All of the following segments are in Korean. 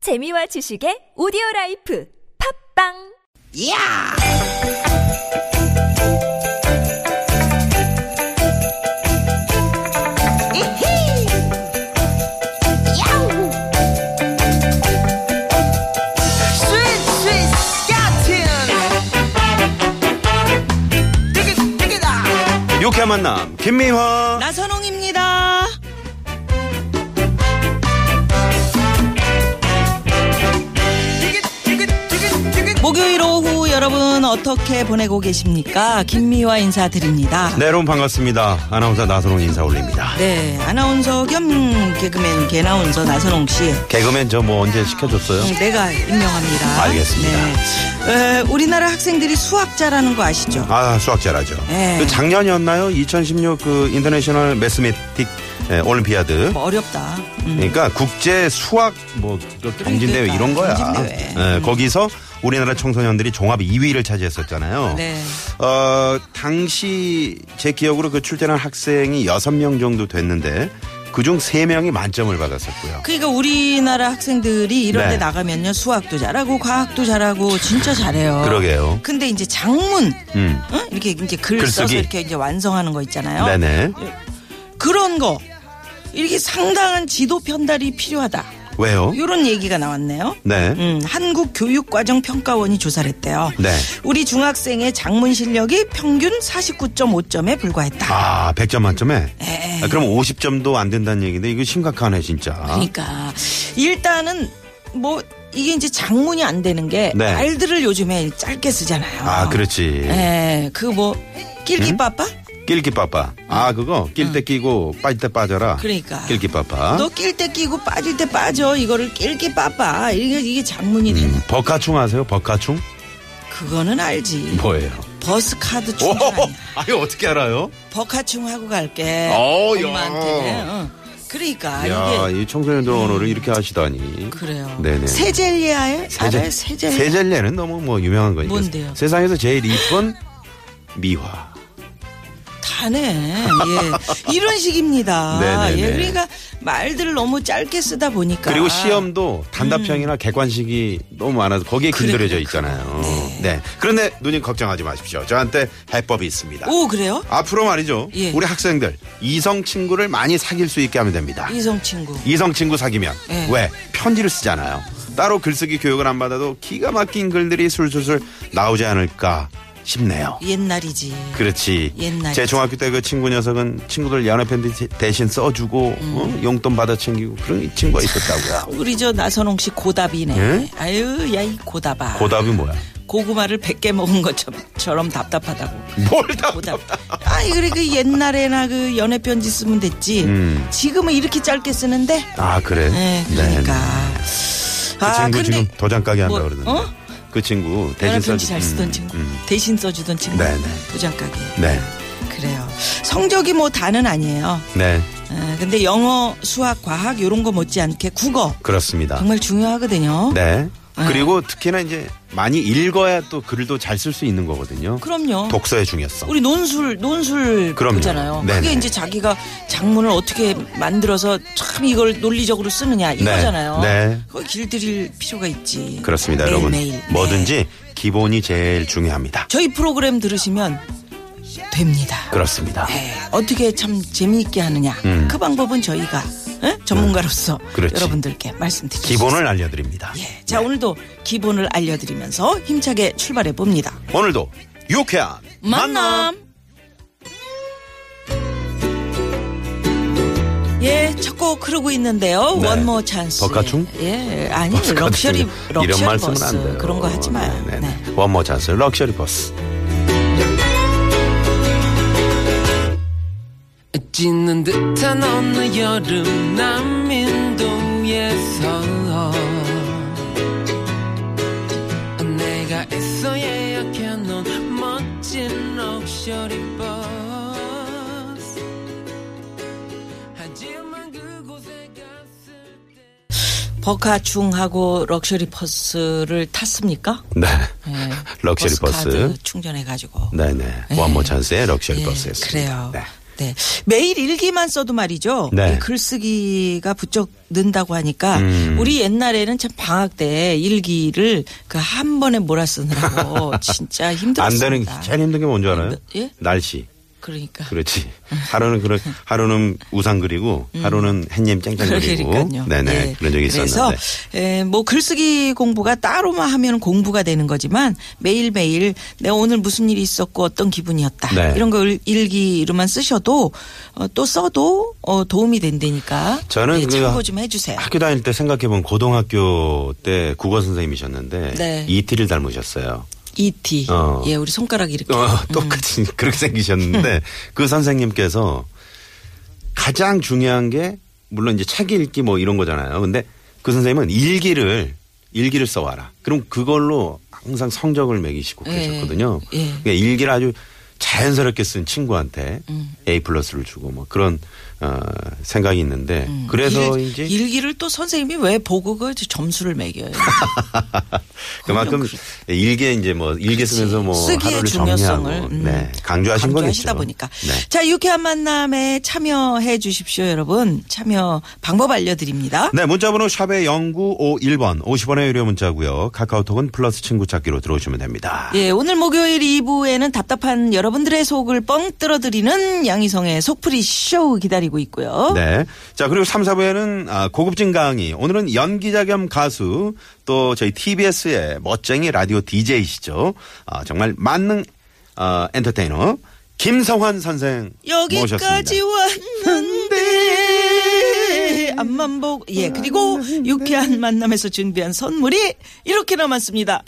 재미와 지식의 오디오 라이프 팝빵 이야! 이히! 야우! 스윗, 스윗, 스카틴! 띠깃, 띠깃아! 유쾌한 만남 김미화 나선홍입니다. 목요일 오후 여러분 어떻게 보내고 계십니까? 김미화 인사드립니다. 네 여러분 반갑습니다 아나운서 나선홍 인사 올립니다 네, 아나운서 겸 개그맨 개나운서 나선홍 씨. 개그맨 저 뭐 언제 시켜줬어요? 내가 임명합니다. 알겠습니다. 네. 에, 우리나라 학생들이 수학자라는 거 아시죠? 아 수학 잘하죠 네. 그 작년이었나요? 2016 그 인터내셔널 매스메틱 에, 올림피아드 뭐 어렵다. 음. 그러니까 국제 수학 뭐 경진대회 그러니까, 이런 거야 경진대회. 예, 거기서 우리나라 청소년들이 종합 2위를 차지했었잖아요 네. 어, 당시 제 기억으로 그 출전한 학생이 6명 정도 됐는데 그중 3명이 만점을 받았었고요 그러니까 우리나라 학생들이 이런 네. 데 나가면요 수학도 잘하고 과학도 잘하고 진짜 잘해요. 그러게요 근데 이제 장문 음. 어? 이렇게 이제 글 글쓰기. 써서 이렇게 이제 완성하는 거 있잖아요. 네네 그런 거 이렇게 상당한 지도 편달이 필요하다 왜요? 이런 얘기가 나왔네요. 네. 음, 한국교육과정평가원이 조사를 했대요. 네. 우리 중학생의 작문 실력이 평균 49.5점에 불과했다. 아, 100점 만점에? 네. 아, 그럼 50점도 안 된다는 얘기인데 이거 심각하네 진짜. 그러니까 일단은 뭐 이게 이제 작문이 안 되는 게 네. 말들을 요즘에 짧게 쓰잖아요. 아, 그렇지. 예, 그뭐 낄기빠빠? 낄기빠빠. 아, 그거 낄 때 끼고 빠질 때 빠져라. 음. 그러니까. 낄기빠빠. 너 낄 때 끼고 빠질 때 빠져. 이거를 낄기빠빠. 이게 이게 작문이 되는. 음, 버카충 아세요? 버카충? 그거는 알지. 뭐예요? 버스 카드 충전 오호호! 아니야. 아니 어떻게 알아요? 버카충 하고 갈게. 어우, 야. 엄마한테는. 응. 그러니까 야, 이게 음. 이 청소년들 언어를 이렇게 하시다니. 그래요. 네네. 세젤리아의 알아요? 세젤리아. 세젤리는 너무 뭐 유명한 거니까. 뭔데요? 세상에서 제일 이쁜 미화. 다네. 예. 이런 식입니다. 네네네. 예. 그러니까 말들을 너무 짧게 쓰다 보니까. 음. 그리고 시험도 단답형이나 객관식이 너무 많아서 거기에 그러니까. 길들여져 있잖아요. 네. 그런데 누님 걱정하지 마십시오. 저한테 해법이 있습니다. 오, 그래요? 앞으로 말이죠. 예. 우리 학생들 이성 친구를 많이 사귈 수 있게 하면 됩니다. 이성 친구. 이성 친구 사귀면 예. 왜 편지를 쓰잖아요. 따로 글쓰기 교육을 안 받아도 기가 막힌 글들이 술술술 나오지 않을까 싶네요. 옛날이지. 그렇지. 예. 옛날이지. 제 중학교 때 그 친구 녀석은 친구들 연애 편지 대신 써주고 음. 어? 용돈 받아 챙기고 그런 친구가 있었다고요. 우리 저 나선홍 씨 고답이네. 예? 아유, 야 이 고답아. 고답이 뭐야? 고구마를 100개 먹은 것처럼 답답하다고. 뭘 다. 보다. 아니 그리고 그 옛날에나 그 연애 편지 쓰면 됐지. 음. 지금은 이렇게 짧게 쓰는데. 아 그래. 네, 그러니까. 아, 그 친구 지금 도장 가게 한다 뭐, 고 그러는데. 어? 그 친구 연애 대신 써주. 음, 편지 잘 쓰던 친구, 대신 써주던 친구, 네, 네. 도장 가게. 네. 그래요. 성적이 뭐 다는 아니에요. 네 어, 근데 영어, 수학, 과학 요런 거 못지않게 국어 그렇습니다. 정말 중요하거든요. 네. 아. 그리고 특히나 이제 많이 읽어야 또 글도 잘 쓸 수 있는 거거든요. 그럼요. 독서의 중요성. 우리 논술 논술 그럼요. 보잖아요. 네네. 그게 이제 자기가 작문을 어떻게 만들어서 참 이걸 논리적으로 쓰느냐 이거잖아요. 네. 그걸 길들일 필요가 있지. 그렇습니다, 매일, 여러분. 매일. 네. 뭐든지 기본이 제일 중요합니다. 저희 프로그램 들으시면 됩니다. 그렇습니다. 네. 어떻게 참 재미있게 하느냐 음. 그 방법은 저희가 예? 전문가로서 그렇지. 여러분들께 말씀드리겠습니다. 기본을 알려드립니다. 네. 예. 자 오늘도 기본을 알려드리면서 힘차게 출발해 봅니다. 오늘도 유쾌한 만남. 예, 첫 곡 흐르고 있는데요. 네. 원모 찬스. 버카충? 예, 아니 버스 같은 럭셔리 소리. 럭셔리 이런 말씀은 버스 안 돼요. 그런 거 하지 마요. 네, 네. 네. 원모 찬스 럭셔리 버스. 찢는 듯한 어느 여름 남인도에서 내가 애써 예약한 넌 멋진 럭셔리 버스 하지만 그곳에 갔을 때 버카충하고 럭셔리 버스를 tas습니까? 네. 예. 럭셔리 버스. 카드 충전해 가지고. 네, 네네. 원모 찬스의 럭셔리 버스였습니다. 예, 그래요. 예, 네. 네. 매일 일기만 써도 말이죠. 네. 이 글쓰기가 부쩍 는다고 하니까 음. 우리 옛날에는 참 방학 때 일기를 그 한 번에 몰아 쓰느라고 진짜 안 힘들었습니다. 되는 게 제일 힘든 게 뭔지 알아요? 예? 날씨. 그러니까. 그렇지. 하루는 그런 하루는 우산 그리고 하루는 햇님 쨍쨍 그리고 음. 그러니까요. 네네 예. 그런 적이 있었는데. 그래서 에, 뭐 글쓰기 공부가 따로만 하면 공부가 되는 거지만 매일 매일 내가 오늘 무슨 일이 있었고 어떤 기분이었다 네. 이런 걸 일기로만 쓰셔도 어, 또 써도 어, 도움이 된다니까. 저는 예, 그 참고 좀 해주세요. 학교 다닐 때 생각해본 고등학교 때 국어 선생님이셨는데 네. 이티를 닮으셨어요. 이티 어. 예 우리 손가락 이렇게 어, 똑같이 그렇게 음. 생기셨는데 그 선생님께서 가장 중요한 게 물론 이제 책 읽기 뭐 이런 거잖아요. 근데 그 선생님은 일기를 일기를 써와라. 그럼 그걸로 항상 성적을 매기시고 예, 그러셨거든요. 예. 그러니까 일기를 아주 자연스럽게 쓴 친구한테 음. A 플러스를 주고 뭐 그런 어, 생각이 있는데 그래서인지 음. 일, 기를또 선생님이 왜 보고 그 점수를 매겨요? 그만큼 그렇죠. 일기에 이제 뭐 일기 쓰면서 뭐 쓰기의 하루를 정리하고 중요성을 음, 네, 강조하신 거겠죠. 강조하시다 보니까 네. 자 유쾌한 만남에 참여해 주십시오 여러분 참여 방법 알려드립니다 네, 문자번호 샵의 0951번 50원의 유료 문자고요. 카카오톡은 플러스 친구 찾기로 들어오시면 됩니다. 예 오늘 목요일 2부에는 답답한 여러분들의 속을 뻥 뚫어드리는 양희성의 속풀이 쇼 기다리고 있고요 네. 자, 그리고 3, 4부에는 아, 고급진 강의. 오늘은 연기자 겸 가수 또 저희 TBS의 멋쟁이 라디오 DJ이시죠. 아, 정말 만능 아, 엔터테이너 김성환 선생 여기까지 모셨습니다. 네. 왔는데 앞만 보고 예 그리고 유쾌한 만남에서 준비한 선물이 이렇게 남았습니다.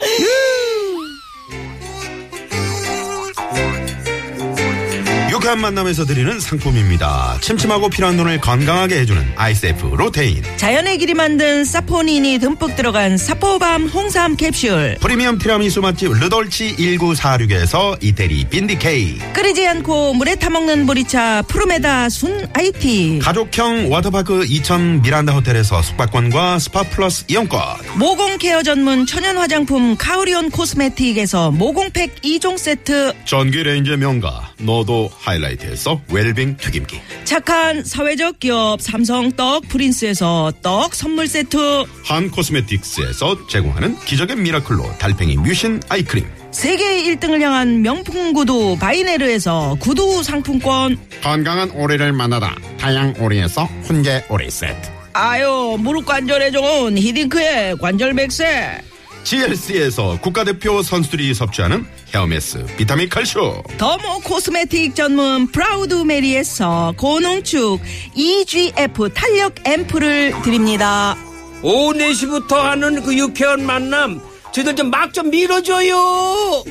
유쾌한 만남에서 드리는 상품입니다. 침침하고 피로한 눈을 건강하게 해주는 아이세프 로테인. 자연의 길이 만든 사포닌이 듬뿍 들어간 사포밤 홍삼 캡슐. 프리미엄 티라미수 맛집 르돌치 1946에서 이태리 빈디케이. 끓이지 않고 물에 타먹는 보리차 푸르메다 순 아이티. 가족형 워터파크 2000 미란다 호텔에서 숙박권과 스파 플러스 이용권. 모공 케어 전문 천연 화장품 카오리온 코스메틱에서 모공팩 2종 세트. 전기 레인저 명가 너도 하이라이트에서 웰빙 튀김기. 착한 사회적 기업 삼성 떡 프린스에서 떡 선물 세트. 한 코스메틱스에서 제공하는 기적의 미라클로 달팽이 뮤신 아이크림. 세계 1등을 향한 명품 구두 바이네르에서 구두 상품권. 건강한 오리를 만나다 다양 오리에서 훈계 오리 세트 아유, 무릎 관절에 좋은 히딩크의 관절 백세. GLC에서 국가대표 선수들이 섭취하는 헤어메스 비타민 칼쇼. 더모 코스메틱 전문 프라우드 메리에서 고농축 EGF 탄력 앰플을 드립니다. 오후 4시부터 하는 그 유쾌한 만남 저희들 좀 막 좀 밀어줘요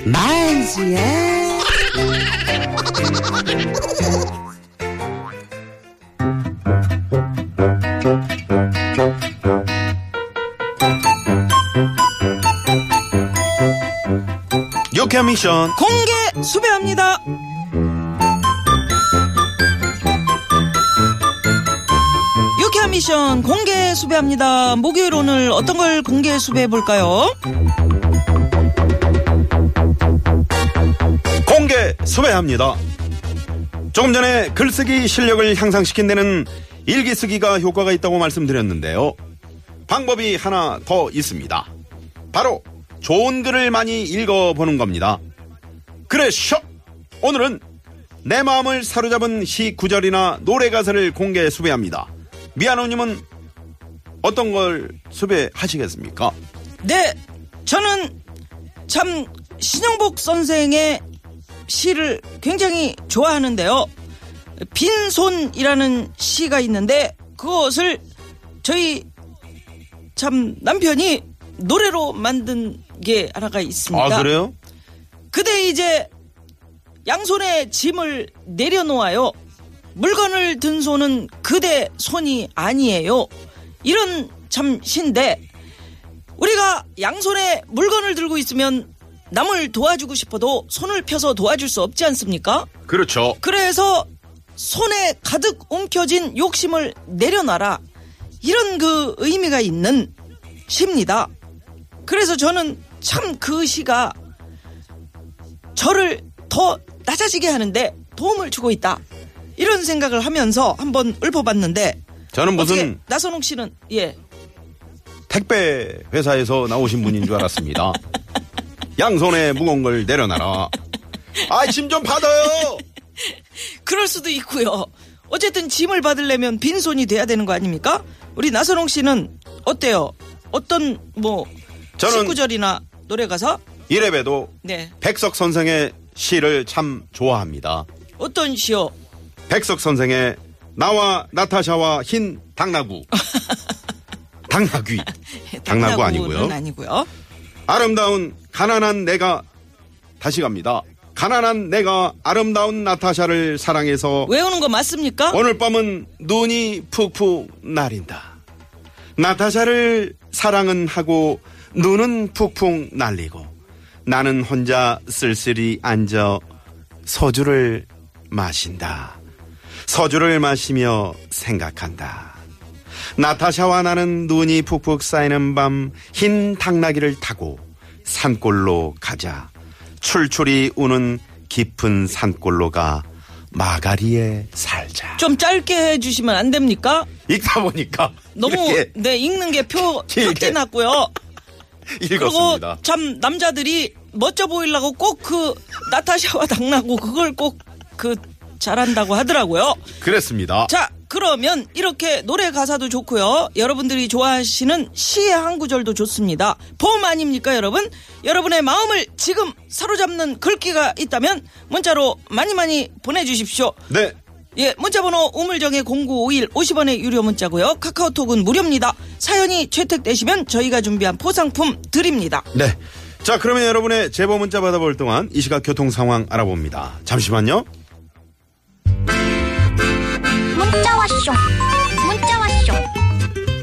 유쾌한 미션. 공개 수배합니다. 유쾌한 미션 공개 수배합니다. 목요일 오늘 어떤 걸 공개 수배해 볼까요? 공개 수배합니다. 조금 전에 글쓰기 실력을 향상시킨 데는 일기 쓰기가 효과가 있다고 말씀드렸는데요. 방법이 하나 더 있습니다. 바로 좋은 글을 많이 읽어보는 겁니다. 그래서 오늘은 내 마음을 사로잡은 시 구절이나 노래 가사를 공개 수배합니다. 미아노님은 어떤 걸 수배하시겠습니까? 네, 저는 참 신영복 선생의 시를 굉장히 좋아하는데요. 빈손이라는 시가 있는데 그것을 저희 참 남편이 노래로 만든 게 하나가 있습니다. 아 그래요? 그대 이제 양손에 짐을 내려놓아요. 물건을 든 손은 그대 손이 아니에요. 이런 참 신데 우리가 양손에 물건을 들고 있으면 남을 도와주고 싶어도 손을 펴서 도와줄 수 없지 않습니까? 그렇죠. 그래서 손에 가득 움켜쥔 욕심을 내려놔라. 이런 그 의미가 있는 시입니다. 그래서 저는 참 그 시가 저를 더 낮아지게 하는데 도움을 주고 있다. 이런 생각을 하면서 한번 읊어봤는데 저는 어떻게 무슨 나선홍 씨는 예 택배 회사에서 나오신 분인 줄 알았습니다. 양손에 무거운 걸 내려놔라. 아, 짐 좀 받아요! 그럴 수도 있고요. 어쨌든 짐을 받으려면 빈손이 돼야 되는 거 아닙니까? 우리 나선홍 씨는 어때요? 어떤 뭐 저는- 19절이나 노래 가사 이래봬도 네 백석 선생의 시를 참 좋아합니다. 어떤 시요? 백석 선생의 나와 나타샤와 흰 당나귀. 당나귀. 당나귀 아니고요. 아니고요. 아름다운 가난한 내가 다시 갑니다. 가난한 내가 아름다운 나타샤를 사랑해서 외우는 거 맞습니까? 오늘 밤은 눈이 푹푹 날린다. 나타샤를 사랑은 하고 눈은 푹푹 날리고 나는 혼자 쓸쓸히 앉아 소주를 마신다. 소주를 마시며 생각한다. 나타샤와 나는 눈이 푹푹 쌓이는 밤 흰 당나귀를 타고 산골로 가자. 출출이 우는 깊은 산골로 가 마가리에 살자. 좀 짧게 해주시면 안 됩니까? 읽다 보니까 너무 이렇게 네 읽는 게표 길게. 표티 났고요. 그리고 읽었습니다. 참 남자들이 멋져 보이려고 꼭 그 나타샤와 당나고 그걸 꼭 그 잘한다고 하더라고요. 그랬습니다. 자 그러면 이렇게 노래 가사도 좋고요. 여러분들이 좋아하시는 시의 한 구절도 좋습니다. 봄 아닙니까 여러분? 여러분의 마음을 지금 사로잡는 글귀가 있다면 문자로 많이 많이 보내주십시오. 네. 예, 문자번호 우물정의 0951 50원의 유료 문자고요. 카카오톡은 무료입니다. 사연이 채택되시면 저희가 준비한 포상품 드립니다. 네. 자, 그러면 여러분의 제보 문자 받아볼 동안 이 시각 교통 상황 알아봅니다. 잠시만요. 문자 왔쇼 문자 왔쇼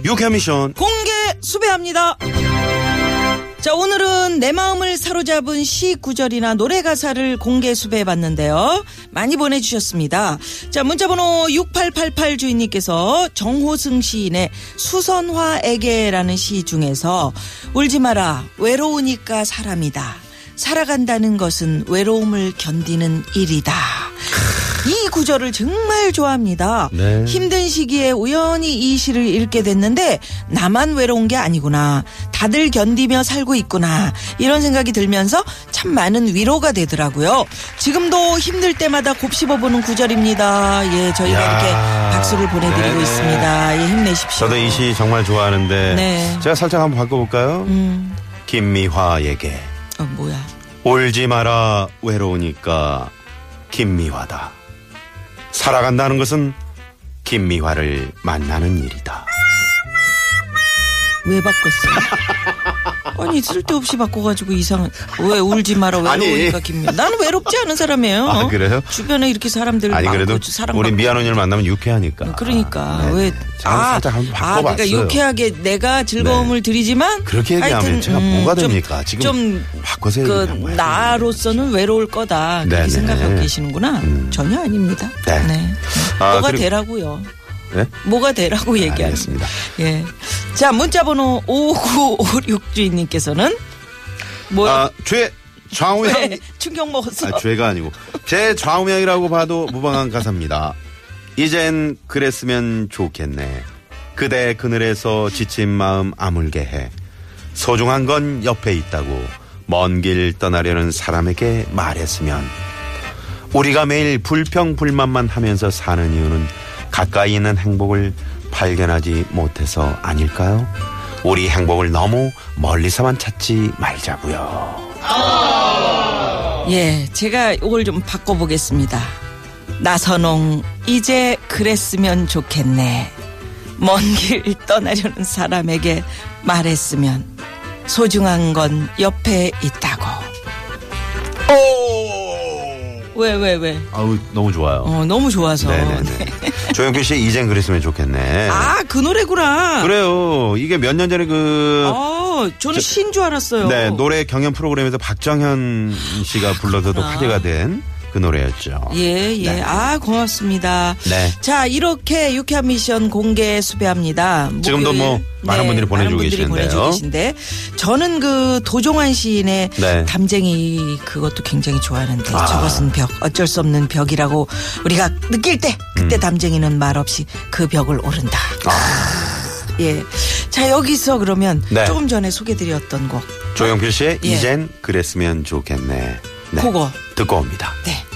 유쾌 미션. 음. 공개 수배합니다. 자, 오늘은 내 마음을 사로잡은 시 구절이나 노래 가사를 공개 수배해 봤는데요. 많이 보내주셨습니다. 자, 문자번호 6888 주인님께서 정호승 시인의 수선화에게라는 시 중에서 울지 마라, 외로우니까 사람이다. 살아간다는 것은 외로움을 견디는 일이다. 이 구절을 정말 좋아합니다. 네. 힘든 시기에 우연히 이 시를 읽게 됐는데 나만 외로운 게 아니구나. 다들 견디며 살고 있구나. 이런 생각이 들면서 참 많은 위로가 되더라고요. 지금도 힘들 때마다 곱씹어보는 구절입니다. 예, 저희가 야. 이렇게 박수를 보내드리고 네네. 있습니다. 예, 힘내십시오. 저도 이 시 정말 좋아하는데 네. 제가 살짝 한번 바꿔볼까요? 음, 김미화에게 어, 뭐야. 울지 마라 외로우니까 김미화다. 살아간다는 것은 김미화를 만나는 일이다. 왜 바꿨어? 아니 쓸데없이 바꿔가지고 이상한 왜 울지 마라 아니. 외로우니까 김미 나는 외롭지 않은 사람이에요. 아, 그래요? 주변에 이렇게 사람들 아니 많고 그래도 사람 우리 많고. 미안 언니를 만나면 유쾌하니까. 그러니까 네, 왜 네. 제가 살짝 한번 아, 바꿔봤어요. 네. 그러니까 유쾌하게 내가 즐거움을 드리지만 그렇게 얘기하면 하여튼, 음, 제가 뭐가 됩니까? 지금 바꿔서 좀그 얘기를 한 거예요. 나로서는 외로울 거다 그렇게 네네. 음. 생각하고 계시는구나 전혀 아닙니다. 네. 아, 뭐가 그리고- 되라고요? 네? 뭐가 되라고 얘기하는 알겠습니다. 예. 자, 문자번호 5956 주인님께서는 뭐야? 네. 아, 죄 좌우향 왜? 충격 먹었어. 아, 죄가 아니고 제 좌우명이라고 봐도 무방한 가사입니다. 이젠 그랬으면 좋겠네. 그대 그늘에서 지친 마음 아물게 해. 소중한 건 옆에 있다고 먼 길 떠나려는 사람에게 말했으면 우리가 매일 불평불만만 하면서 사는 이유는 가까이 있는 행복을 발견하지 못해서 아닐까요? 우리 행복을 너무 멀리서만 찾지 말자고요. 어. 예, 제가 이걸 좀 바꿔보겠습니다. 나선홍, 이제 그랬으면 좋겠네. 먼 길 떠나려는 사람에게 말했으면 소중한 건 옆에 있다고. 왜, 왜, 왜? 아우 너무 좋아요. 어, 너무 좋아서. 네네네. 조영필 씨 이젠 그랬으면 좋겠네. 아, 그 노래구나. 그래요. 이게 몇 년 전에 그 어, 저는 신인 줄 알았어요. 네, 노래 경연 프로그램에서 박정현 씨가 불러서도 화제가 된 그 노래였죠. 아. 예, 예. 네. 아, 고맙습니다. 네. 자, 이렇게 유쾌한 미션 공개 수배합니다. 네, 지금도 뭐 많은 분들이 보내주고 분들이 계시는데요. 보내주고 계신데 저는 그 도종환 시인의 네. 담쟁이 그것도 굉장히 좋아하는데 저것은 벽, 어쩔 수 없는 벽이라고 우리가 느낄 때 음. 그때 담쟁이는 말없이 그 벽을 오른다. 예. 자, 여기서 그러면 아. 네. 조금 전에 소개드렸던 곡. 조영필 씨의 예. 이젠 그랬으면 좋겠네. 네. 그거. 듣고 옵니다. 네.